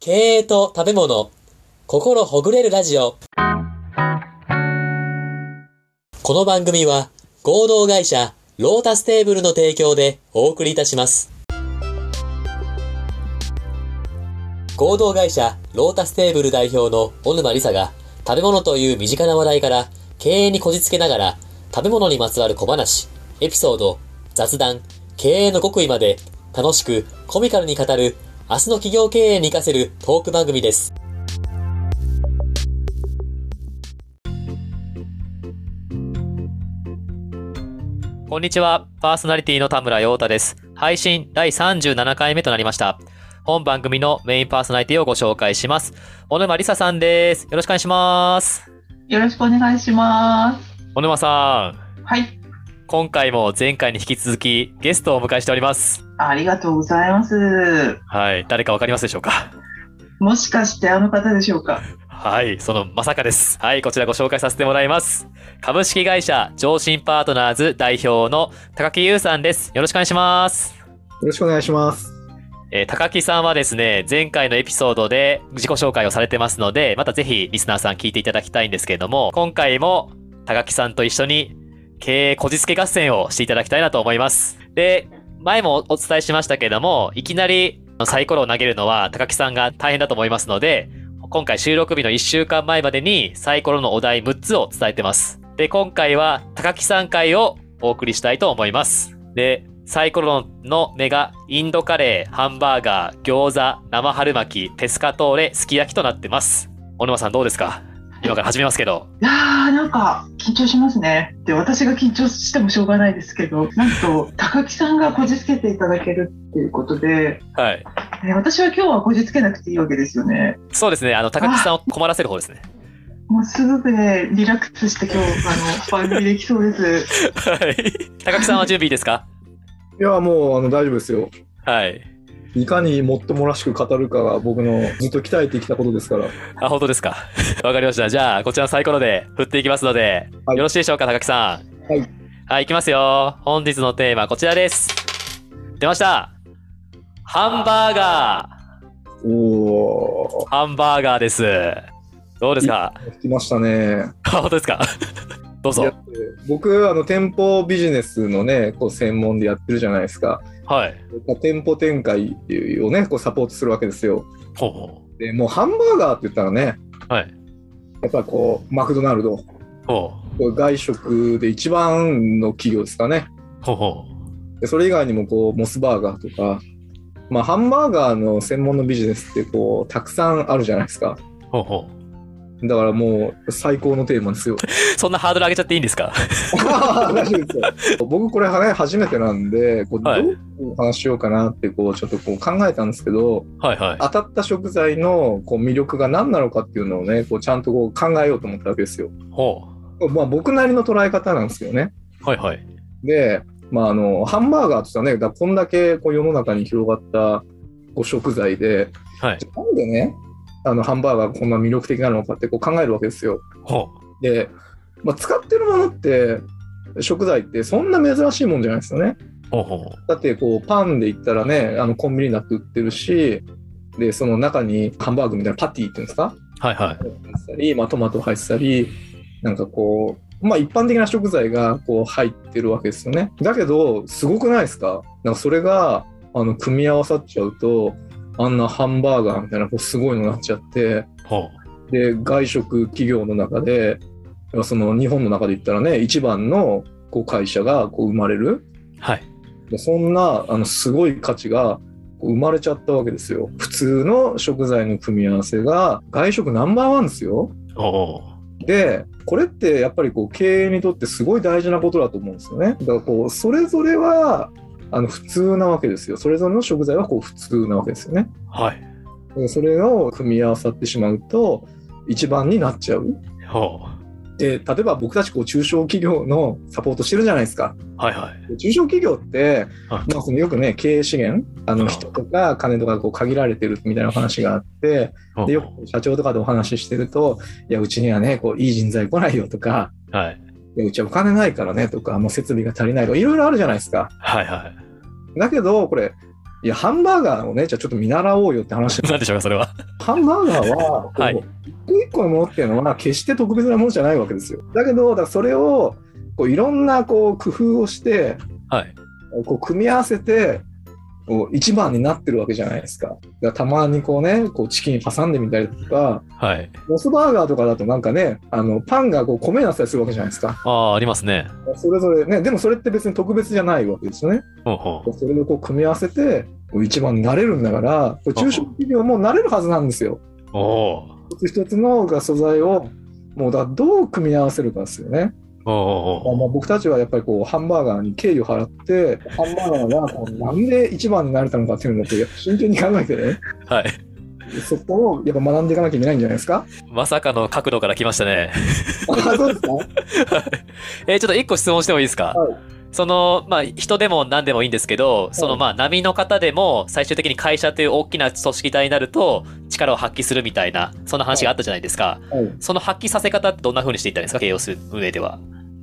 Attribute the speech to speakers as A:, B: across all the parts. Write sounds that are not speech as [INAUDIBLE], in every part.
A: 経営と食べ物、心ほぐれるラジオ。この番組は、合同会社、ロータステーブルの提供でお送りいたします。合同会社、ロータステーブル代表の小沼理沙が、食べ物という身近な話題から、経営にこじつけながら、食べ物にまつわる小話、エピソード、雑談、経営の極意まで、楽しく、コミカルに語る、明日の企業経営に活かせるトーク番組です。こんにちは。パーソナリティの田村陽太です。配信第37回目となりました。本番組のメインパーソナリティをご紹介します。小沼理沙さんです。よろしくお願いします。
B: よろしくお願いします。
A: 小沼さん、
B: はい、
A: 今回も前回に引き続きゲストをお迎えしております。
B: ありがとうございます。
A: はい、誰かわかりますでしょうか
B: もしかしてあの方でしょうか。
A: はい、そのまさかです。はい、こちらご紹介させてもらいます。株式会社上進パートナーズ代表の高木優さんです。よろしくお願いします。
C: よろしくお願いします。
A: えー高木さんはですね、前回のエピソードで自己紹介をされてますので、またぜひリスナーさん聞いていただきたいんですけれども、今回も高木さんと一緒に経営こじつけ合戦をしていただきたいなと思います。で、前もお伝えしましたけれども、いきなりサイコロを投げるのは高木さんが大変だと思いますので、今回収録日の1週間前までにサイコロのお題6つを伝えてます。で、今回は高木さん回をお送りしたいと思います。で、サイコロの目がインドカレー、ハンバーガー、餃子、生春巻き、ペスカトーレ、すき焼きとなってます。小沼さんどうですか今から始めますけど。
B: いやーなんか緊張しますね。で私が緊張してもしょうがないですけど、なんと高木さんがこじつけていただけるっていうことで、
A: はい。
B: え私は今日はこじつけなくていいわけですよね。
A: そうですね。あの、高木さんを困らせる方ですね。
B: もうすごくねリラックスして今日あの番組できそうです。
A: はい。高木さんは準備いいですか
C: いや、もうあの大丈夫ですよ。
A: はい。
C: いかにもっともらしく語るかが僕のずっと鍛えてきたことですから。
A: あ、本当ですか。 [LAUGHS] わかりました。じゃあ、こちらのサイコロで振っていきますので、
C: はい
A: よろしいでしょうか、高木さん。
C: はい。
A: はい、いきますよ。本日のテーマ、こちらです。出ました。ハンバーガ
C: お
A: ー。ハンバーガーです。どうですか
C: ー、来ましたね。
A: あ、本当ですか [LAUGHS] どう
C: いや
A: ぞ。
C: 僕、あの店舗ビジネスのね、こう専門でやってるじゃないですか。
A: はい。
C: 店舗展開をね、こうサポートするわけですよ。
A: ほうほ
C: でもうハンバーガーって言ったらね、
A: う。はい。
C: やっぱこう、マクドナルド、
A: ほ
C: これ外食で一番の企業ですかね。
A: う。ほうほ
C: でそれ以外にもこうモスバーガーとか、まあ、ハンバーガーの専門のビジネスってこうたくさんあるじゃないですか
A: う。ほうほ
C: だからもう最高のテー
A: [LAUGHS]
C: マですよ
A: う。そんなハードル上げちゃっていいんですか
C: 大丈夫ですよ僕これ、ね、初めてなんでこうど
A: は
C: う
A: い
C: いう話しようかなってこうちょっとこう考えたんですけど
A: はいはい。
C: 当たった食材のこう魅力が何なのかっていうのをねこうちゃんとこう考えようと思ったわけですよ、
A: ほ
C: まあ、僕なりの捉え方なんですよね
A: う。はいはい。
C: で、まあ、あのハンバーガーって言ったらねだからこんだけこう世の中に広がったこう食材で
A: はい。
C: なんでね、あのハンバーガーがこんな魅力的なのかってこう考えるわけですよ。
A: ほ
C: で、まあ、使ってるものって、食材ってそんな珍しいもんじゃないですよね。
A: う。ほうほう。
C: だってこうパンで言ったらね、あのコンビニだって売ってるし、で、その中にハンバーグみたいなパティっていうんですか、
A: はいはい。
C: 入ってたり、まあ、トマト入ってたり、なんかこう、まあ一般的な食材がこう入ってるわけですよね。だけど、すごくないですかなんかそれが、あの、組み合わさっちゃうと、あんなハンバーガーみたいな、こうすごいのになっちゃって、
A: ほう。
C: で外食企業の中でその日本の中で言ったらね一番のこう会社がこう生まれる
A: はい。
C: でそんなあのすごい価値がこう生まれちゃったわけですよ普通の食材の組み合わせが外食ナンバーワンですよ
A: ほうほ
C: でこれってやっぱりこう経営にとってすごい大事なことだと思うんですよねだからこうそれぞれはあの普通なわけですよそれぞれの食材はこう普通なわけですよね
A: う。はい。
C: でそれを組み合わさってしまうと一番になっちゃう
A: ほ
C: で例えば僕たちこう中小企業のサポートしてるじゃないですか
A: う。はいはい。
C: 中小企業って、
A: は
C: まあ、そのよくね経営資源あ
A: う
C: の
A: ん
C: 人とか金とかこう限られてるみたいな話があって
A: ほう
C: でよく社長とかでお話ししてるといやうちにはねこういい人材来ないよとか
A: はい。
C: いやうちはお金ないからねとかもう設備が足りないとかいろいろあるじゃないですか
A: はいはい。
C: だけどこれいや、ハンバーガーをね、じゃあちょっと見習おうよって話。
A: [LAUGHS] なんでしょうか、それは。 [LAUGHS]
C: ハンバーガーは、こう
A: はい
C: 一個一個のものっていうのは、決して特別なものじゃないわけですよ。だけど、だからそれを、こういろんなこう工夫をして、
A: はい。
C: こう組み合わせてこう一番になってるわけじゃないですか。だからたまにこうね、こうチキン挟んでみたりとか、
A: はい。
C: モスバーガーとかだとなんかね、あのパンがこう米になってたりするわけじゃないですか。
A: ああ、ありますね。
C: それぞれね、でもそれって別に特別じゃないわけですよね。
A: ほうほう。
C: それをこう組み合わせて、こう一番になれるんだから、こう中小企業もなれるはずなんですよ。
A: おお。
C: 一つ一つのが素材を、もうだからどう組み合わせるかですよね。
A: お
C: まあ、
A: お
C: まあ僕たちはやっぱりこうハンバーガーに敬意を払ってハンバーガーがこうなんで一番になれたのかっていうのをこう真剣に考えてね
A: お。はい。
C: そこをやっぱ学んでいかなきゃいけないんじゃないですか
A: まさかの角度から来ましたね。
C: [LAUGHS]
A: [LAUGHS]
C: あそうですか
A: えーちょっと一個質問してもいいですか、
C: はい
A: その、まあ、人でも何でもいいんですけど、その、まあ、波の方でも、最終的に会社という大きな組織体になると、力を発揮するみたいな、そんな話があったじゃないですか。
C: はい
A: その発揮させ方ってどんな風にしていったらいいんですか、経営をする上では。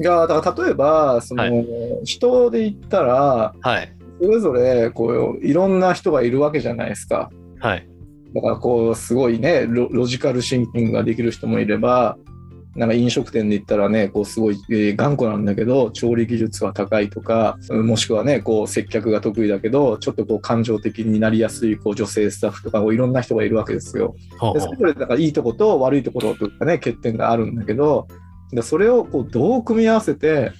C: がだから例えばその、
A: は
C: 人で言ったら
A: はい。
C: それぞれこういろんな人がいるわけじゃないですか
A: はい。
C: だからこうすごいねロロジカルシンキングができる人もいればなんか飲食店で言ったらねこうすごい、えー頑固なんだけど調理技術は高いとかうんもしくはねこう接客が得意だけどちょっとこう感情的になりやすいこう女性スタッフとかこういろんな人がいるわけですよ。
A: ほう
C: で
A: ほ
C: そうれぞれだからいいとこと悪いとことというかね欠点があるんだけどでそれをこうどう組み合わせて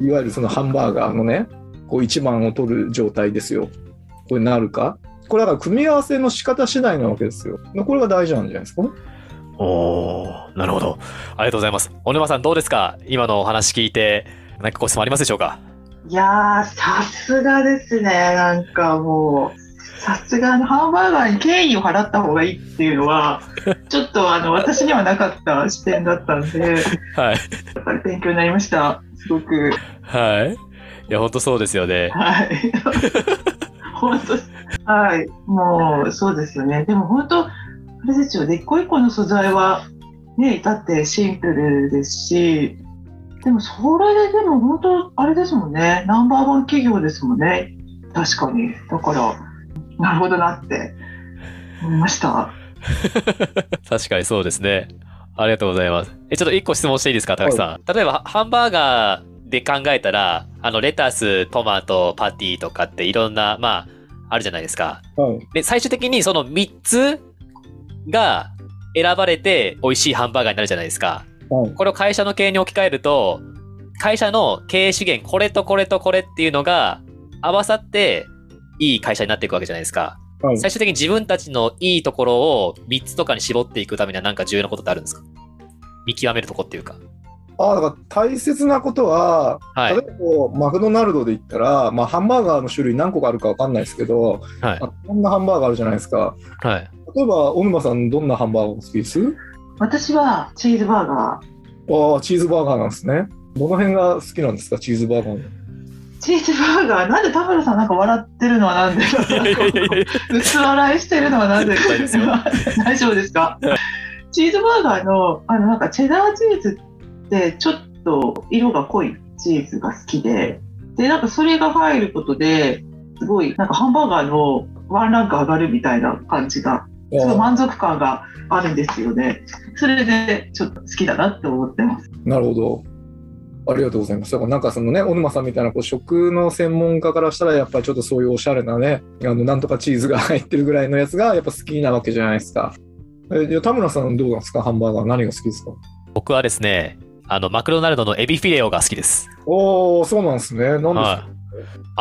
C: いわゆるそのハンバーガーのねこう一番を取る状態ですよこれなるかこれだから組み合わせの仕方次第なわけですよでこれが大事なんじゃないですかね
A: おーなるほど。ありがとうございます。小沼さん、どうですか今のお話聞いて、何かご質問ありますでしょうか
B: いやー、さすがですね、なんかもう、さすがのハンバーガーに敬意を払った方がいいっていうのは、ちょっとあの私にはなかった視点だったんで、や
A: はい。
B: っぱり勉強になりました、すごく。
A: はい。いや、本当そうですよね。
B: はい。 [LAUGHS] 本当、はい、もうそうですよね。でも本当、あれですよね、一個一個の素材は、ね、だってシンプルですし、でもそれででも本当、あれですもんね、ナンバーワン企業ですもんね、確かに。だから、なるほどなって思いました。
A: 確かにそうですね。ありがとうございます。え、ちょっと一個質問していいですか、高木さん。例えば、ハンバーガーで考えたら、あの、レタス、トマト、パティとかっていろんな、まあ、あるじゃないですか。
C: はい
A: で、最終的にその3つが選ばれて美味しいハンバーガーになるじゃないですか。
C: はい
A: これを会社の経営に置き換えると、会社の経営資源、これとこれとこれっていうのが合わさって、いい会社になっていくわけじゃないですか。
C: はい
A: 最終的に自分たちのいいところを3つとかに絞っていくためには何か重要なことってあるんですか見極めるとこっていうか。
C: ああだから大切なことは、
A: は
C: 例
A: い
C: え。ばこうマクドナルドで言ったら、まあ、ハンバーガーの種類何個かあるかわかんないですけど、
A: はい
C: あこんなハンバーガーあるじゃないですか
A: はい。 [LAUGHS]
C: 例えば小沼さんどんなハンバーガーが好きです
B: 私はチーズバーガー。
C: ああ、チーズバーガーなんですね。どの辺が好きなんですか、チーズバーガーの。
B: チーズバーガー、なんで田村さんなんか笑ってるのはなんで薄笑いしてるのはなぜ
A: 大丈夫ですよ
B: [LAUGHS] 大丈夫ですかチーズバーガーのあのなんかチェダーチーズってちょっと色が濃いチーズが好きででなんかそれが入ることですごいなんかハンバーガーのワンランク上がるみたいな感じがすごい
C: ああ
B: 満足感があるんですよねそれでちょっと好きだなって思ってます
C: なるほど。ありがとうございます。だからなんかそのね、小沼さんみたいなこう食の専門家からしたら、やっぱりちょっとそういうおしゃれなね、あのなんとかチーズが入ってるぐらいのやつがやっぱ好きなわけじゃないですか。えじゃあ田村さんどうなんですか、ハンバーガー何が好きですか
A: 僕はですね、あの、マクドナルドのエビフィレオが好きです。
C: おお、そうなんですね。なんですか、
A: はい。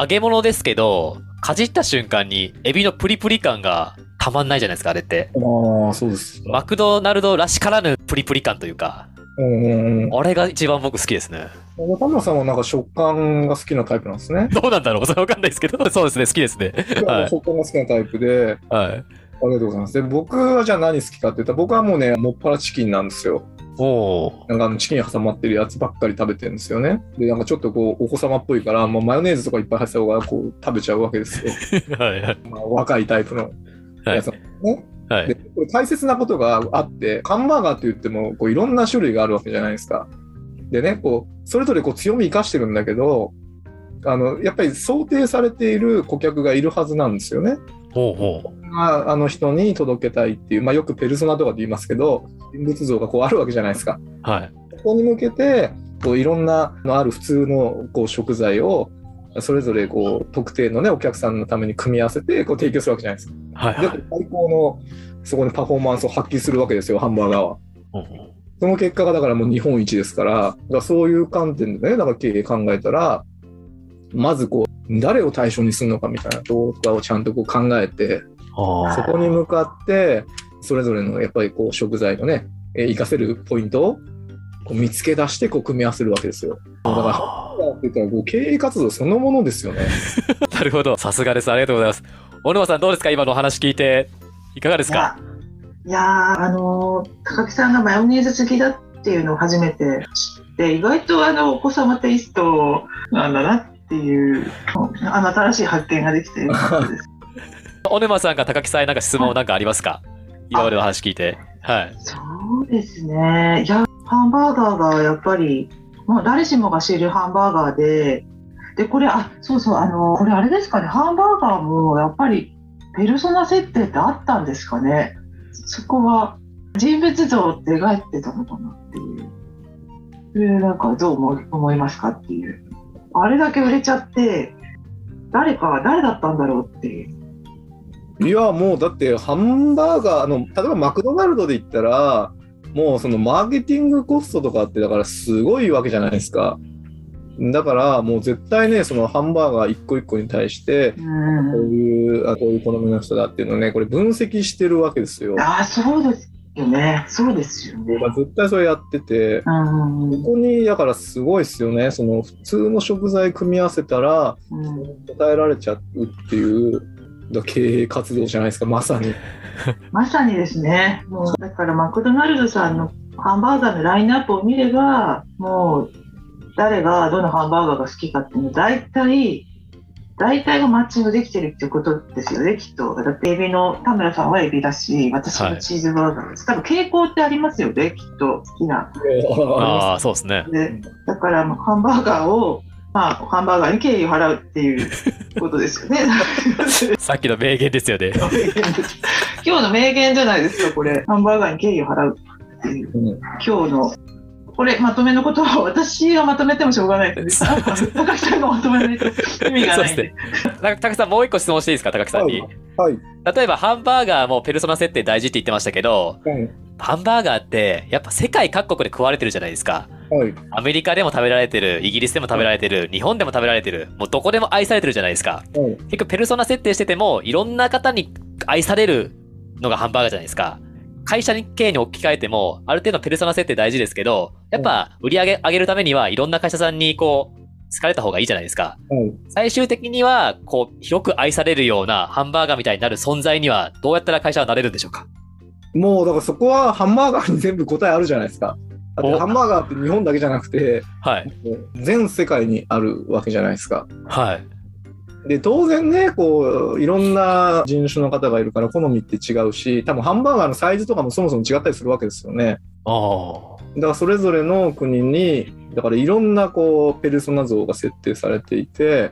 A: 揚げ物ですけど、かじった瞬間にエビのプリプリ感がたまんないじゃないですか、あれって。
C: ああ、そうです。
A: マクドナルドらしからぬプリプリ感というか、
C: うんうんうん
A: あれが一番僕好きですね。
C: 田村さんはなんか食感が好きなタイプなんですね。
A: どうなんだろうそれわかんないですけど、そうですね、好きですね。はい
C: 食感が好きなタイプで、
A: はい。
C: ありがとうございます。で、僕はじゃあ何好きかって言ったら、僕はもうね、もっぱらチキンなんですよ。
A: おー
C: なんかあのチキン挟まってるやつばっかり食べてるんですよね。で、なんかちょっとこう、お子様っぽいから、もうマヨネーズとかいっぱい入ってた方が、こう、食べちゃうわけですよ。
A: はいはい。
C: まあ、若いタイプの
A: は
C: や
A: い
C: つなんですね。
A: は
C: で、
A: い。
C: これ大切なことがあって、ハンバーガーって言っても、こう、いろんな種類があるわけじゃないですか。でね、こう、それぞれこう、強み生かしてるんだけど、あのやっぱり想定されている顧客がいるはずなんですよね。
A: ほうほう。
C: まあ、あの人に届けたいっていう、まあ、よくペルソナとかで言いますけど人物像がこうあるわけじゃないですか。
A: はい。
C: ここに向けてこういろんなあのある普通のこう食材をそれぞれこう特定の、ね、お客さんのために組み合わせてこう提供するわけじゃないですか。
A: はい、は
C: で
A: い。
C: 最高のそこにパフォーマンスを発揮するわけですよハンバーガーは。
A: ほうほう
C: その結果がだからもう日本一ですから、だからそういう観点でね、だから経営考えたら、まずこう、誰を対象にするのかみたいなところとかをちゃんとこう考えて、
A: あー
C: そこに向かって、それぞれのやっぱりこう食材のね、えー活かせるポイントをこう見つけ出してこう組み合わせるわけですよ。だから、ハ
A: あ
C: ンバーガーって言ったらこう経営活動そのものですよね。
A: ーなるほど。さすがです。ありがとうございます。小沼さん、どうですか今のお話聞いて。いかがですか
B: いやいやーあのー高木さんがマヨネーズ好きだっていうのを初めて知って意外とあのお子様テイストなんだなっていうあの新しい発見ができてよかったです
A: 小沼さんが高木さんへなんか質問なんかありますか今までの話聞いて。はい。
B: そうですねいやハンバーガーがやっぱり、まあ、誰しもが知るハンバーガーででこれあそうそうあのこれあれですかねハンバーガーもやっぱりペルソナ設定ってあったんですかねそこは人物像って描いてたのかなっていうそれなんかどう思い思いますかっていうあれだけ売れちゃって誰か誰だったんだろうっていう
C: いやもうだってハンバーガーの例えばマクドナルドで言ったらもうそのマーケティングコストとかってだからすごいわけじゃないですかだからもう絶対ねそのハンバーガー一個一個に対して
B: うん
C: こういうあこういう好みの人だっていうのをねこれ分析してるわけですよだか
B: ああそうですよねそうですよね
C: ら絶対それやってて
B: うんうん
C: ここにだからすごいですよねその普通の食材組み合わせたら
B: うん
C: 答えられちゃうっていうだから経営活動じゃないですかまさに
B: まさにですね、もうだからマクドナルドさんのハンバーガーのラインナップを見れば、もう誰がどのハンバーガーが好きかっていうの、大体、大体がマッチングできてるっていうことですよね、きっと。だってエビの田村さんはエビだし、私
A: は
B: はいチーズバーガーです。多分傾向ってありますよね、きっと、好きな。
A: ああー、そうですね。
B: でだからもうハンバーガーを、まあ、ハンバーガーに敬意を払うっていうことですよね。
A: さっきの名言ですよね。
B: [LAUGHS] 今日の名言じゃないですか、これ。ハンバーガーに敬意を払うっていう。
C: うん
B: 今日のこれまとめのことは私がまとめてもしょうがないので
A: そう
B: 高木さんがまとめないと [LAUGHS] 意味が
A: そうで
B: ないん
A: す
B: で
A: ね。なんか高木さん、もう一個質問していいですか高木さんに。
C: [LAUGHS] はい
A: 例えば、ハンバーガーもペルソナ設定大事って言ってましたけど、
C: はい
A: ハンバーガーって、やっぱ世界各国で食われてるじゃないですか。
C: はい
A: アメリカでも食べられてる、イギリスでも食べられてる、日本でも食べられてる、もうどこでも愛されてるじゃないですか。
C: はい
A: 結局、ペルソナ設定してても、いろんな方に愛されるのがハンバーガーじゃないですか。会社に経営に置き換えても、ある程度ペルソナ設定大事ですけど、やっぱ売り上げ上げるためには、いろんな会社さんにこう、好かれた方がいいじゃないですか。
C: はい
A: 最終的には、こう、広く愛されるようなハンバーガーみたいになる存在には、どうやったら会社はなれるんでしょうか
C: もうだからそこはハンバーガーに全部答えあるじゃないですか。だって
A: お
C: ハンバーガーって日本だけじゃなくて
A: はい。
C: 全世界にあるわけじゃないですか。
A: はい。
C: で当然ねこういろんな人種の方がいるから好みって違うし多分ハンバーガーのサイズとかもそもそも違ったりするわけですよね。
A: ああ。
C: だからそれぞれの国にだからいろんなこうペルソナ像が設定されていて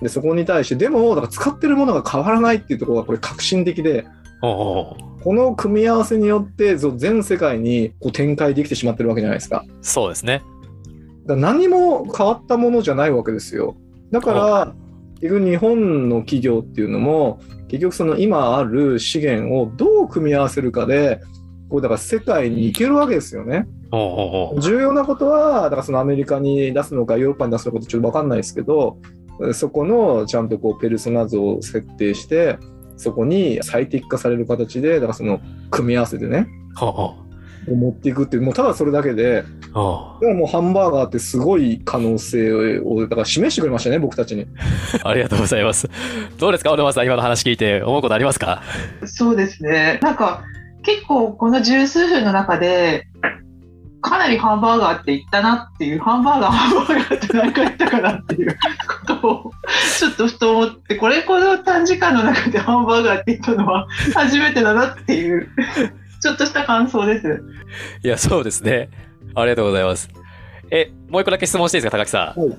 C: でそこに対してでもだから使ってるものが変わらないっていうところがこれ革新的で。
A: お
C: この組み合わせによってそう全世界にこう展開できてしまってるわけじゃないですか。だか
A: そうですね。
C: ら何も変わったものじゃないわけですよ。だから結局日本の企業っていうのも結局その今ある資源をどう組み合わせるかでこうだから世界に行けるわけですよね。
A: おお
C: 重要なことはだからそのアメリカに出すのかヨーロッパに出すのかちょっと分かんないですけどそこのちゃんとこうペルソナ像を設定してそこに最適化される形でだからその組み合わせでね
A: おお
C: 持っていくっていうもうただそれだけで
A: お
C: だからもうハンバーガーってすごい可能性をだから示してくれましたね僕たちに。
A: ありがとうございます。どうですか、小沼さん、今の話聞いて思うことありますか
B: そうですねなんか結構この十数分の中でかなりハンバーガーって言ったなっていうハンバーガーハンバーガーって何回言ったかなっていう [LAUGHS] ことをちょっとふと思ってこれこの短時間の中でハンバーガーって言ったのは初めてだなっていうちょっとした感想です。
A: いや、そうですね。ありがとうございます。え、もう一個だけ質問していいですか、高木さん。
C: はい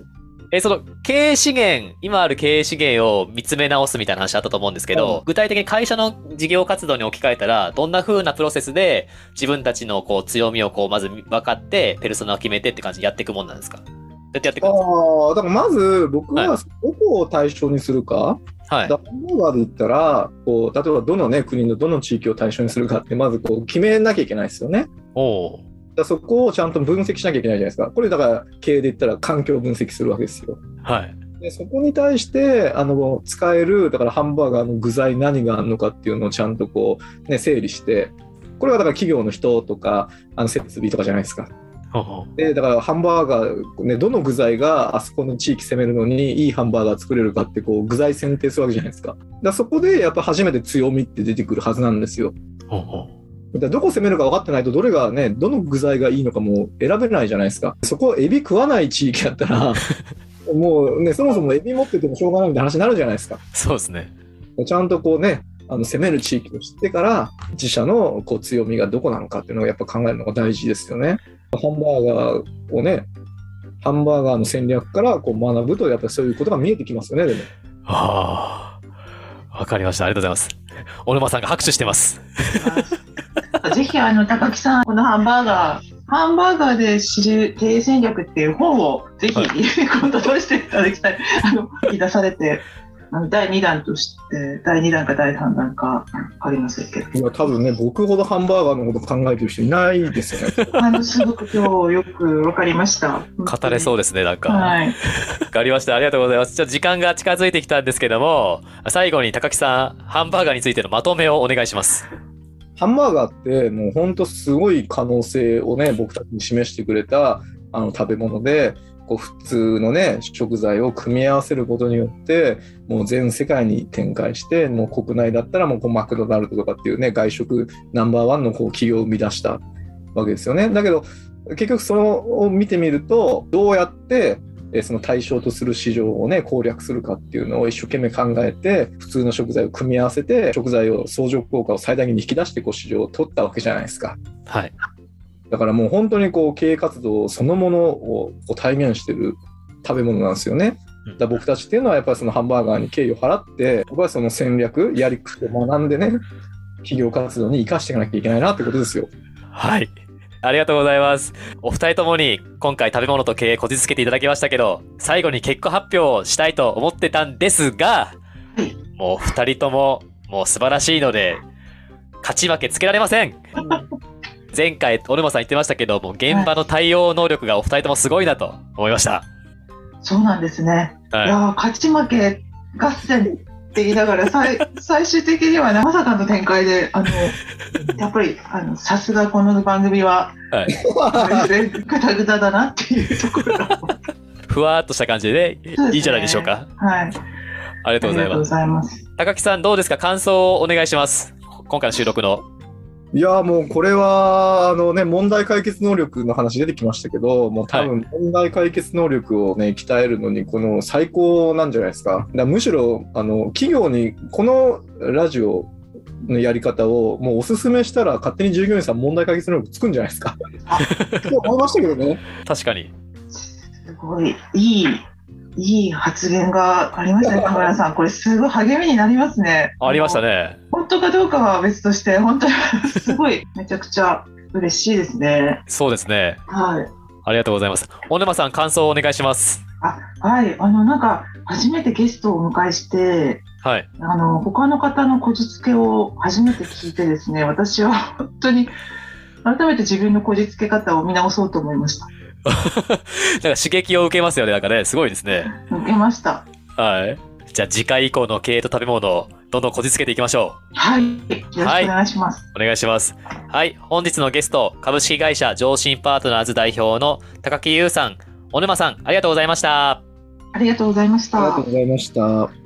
A: えその経営資源、今ある経営資源を見つめ直すみたいな話あったと思うんですけど、
C: う
A: 具体的に会社の事業活動に置き換えたら、どんな風なプロセスで自分たちのこう強みをこうまず分かって、ペルソナを決めてって感じでやっていくもんなんですかどうやってやっていくんです
C: ああ、だからまず僕
A: は
C: はいどこを対象にするか、
A: かはい
C: だ。から本語で言ったらこう例えばどの、ね、国のどの地域を対象にするかってまずこう決めなきゃいけないですよね。だか
A: おー
C: らそこをちゃんと分析しなきゃいけないじゃないですか。これだから経営で言ったら環境を分析するわけですよ。
A: はい。
C: でそこに対してあの使えるだからハンバーガーの具材何があるのかっていうのをちゃんとこう、ね、整理してこれはだから企業の人とかあの設備とかじゃないですか。
A: おー
C: でだからハンバーガー、ね、どの具材があそこの地域攻めるのにいいハンバーガー作れるかってこう具材選定するわけじゃないですかだからそこでやっぱ初めて強みって出てくるはずなんですよ
A: おー
C: だからどこ攻めるか分かってないとどれがねどの具材がいいのかもう選べないじゃないですかそこをエビ食わない地域だったらもうねそもそもエビ持っててもしょうがないみたいな話になるじゃないですか
A: そうですね。
C: ちゃんとこうねあの攻める地域を知ってから自社のこう強みがどこなのかっていうのをやっぱ考えるのが大事ですよね。ハンバーガーをねハンバーガーの戦略からこう学ぶとやっぱりそういうことが見えてきますよねでも。
A: ああ。わかりました。ありがとうございます。小沼さんが拍手してます。
B: [LAUGHS] ぜひあの高木さんこのハンバーガーハンバーガーで知る経営戦略っていう本をぜひ、 [LAUGHS]
A: はい
B: 今度出していただきたいあの引き出されてあの第2弾として第2弾か第3弾か分かりませんけど
C: いや多分ね僕ほどハンバーガーのこと考えてる人いないですよね。
B: あのすごく今日よく分かりました
A: 語れそうですね、なんか。
B: はい
A: わかりました。ありがとうございます。ちょっと時間が近づいてきたんですけども、最後に高木さん、ハンバーガーについてのまとめをお願いします。
C: ハンバーガーってもうほんとすごい可能性をね僕たちに示してくれたあの食べ物でこう普通のね食材を組み合わせることによってもう全世界に展開してもう国内だったらもうこうマクドナルドとかっていうね外食ナンバーワンのこう企業を生み出したわけですよね。だけど結局それを見てみるとどうやってえーその対象とする市場をね攻略するかっていうのを一生懸命考えて普通の食材を組み合わせて食材を相乗効果を最大限に引き出してこう市場を取ったわけじゃないですか
A: はい。
C: だからもう本当にこう経営活動そのものをこう体現してる食べ物なんですよねだから僕たちっていうのはやっぱりそのハンバーガーに敬意を払ってやっぱりその戦略やり口を学んでね企業活動に生かしていかなきゃいけないなってことですよ
A: はい。ありがとうございます。お二人ともに今回食べ物と経営こじつけていただきましたけど、最後に結果発表をしたいと思ってたんですが
B: はい、
A: もう二人とももう素晴らしいので、勝ち負けつけられません。前回、小沼さん言ってましたけど、もう現場の対応能力がお二人ともすごいなと思いました。
B: そうなんですねい
A: はい。
B: やー勝ち負け合戦って言いな [LAUGHS] がら最最終的にはねまさかの展開であのやっぱりあのさすがこの番組は
A: はい
B: ぐたぐただなっていうところが
A: ふわーっとした感じで
B: そうですね
A: いいじゃないでしょうか。
B: はいあ
A: ありがとう
B: り
A: ござ
B: が
A: い
B: とうご
A: ます。
B: ざいます
A: 高木さんどうですか感想をお願いします。今回の収録の。
C: いやーもうこれはあのね問題解決能力の話出てきましたけどもう多分問題解決能力をね鍛えるのにこの最高なんじゃないですかだからむしろあの企業にこのラジオのやり方をもうおすすめしたら勝手に従業員さん問題解決能力つくんじゃないですかって思いましたけどね
A: 確かに。
B: すごいいいいい発言がありました [LAUGHS] ね、田村さん。これすごい励みになりますね。
A: ありました。ね。
B: 本当かどうかは別として、本当に [LAUGHS] すごいめちゃくちゃ嬉しいですね。
A: そうですね。
B: はい。
A: ありがとうございます。小沼さん感想をお願いします。
B: あはい、あのなんか初めてゲストをお迎えして
A: はい。
B: あの他の方のこじつけを初めて聞いてですね私は本当に改めて自分のこじつけ方を見直そうと思いました
A: なんか刺激を受けますよね。なんかね、すごいですね。
B: 受けました
A: はい。じゃあ次回以降の経営と食べ物をどんどんこじつけていきましょ
B: はいよろしくお願いします、
A: う。お願いします。はい。本日のゲスト、株式会社上信パートナーズ代表の高木優さん、小沼さん、ありがとうございました。
B: ありがとうございまし
C: あり
B: た
C: がとうございました。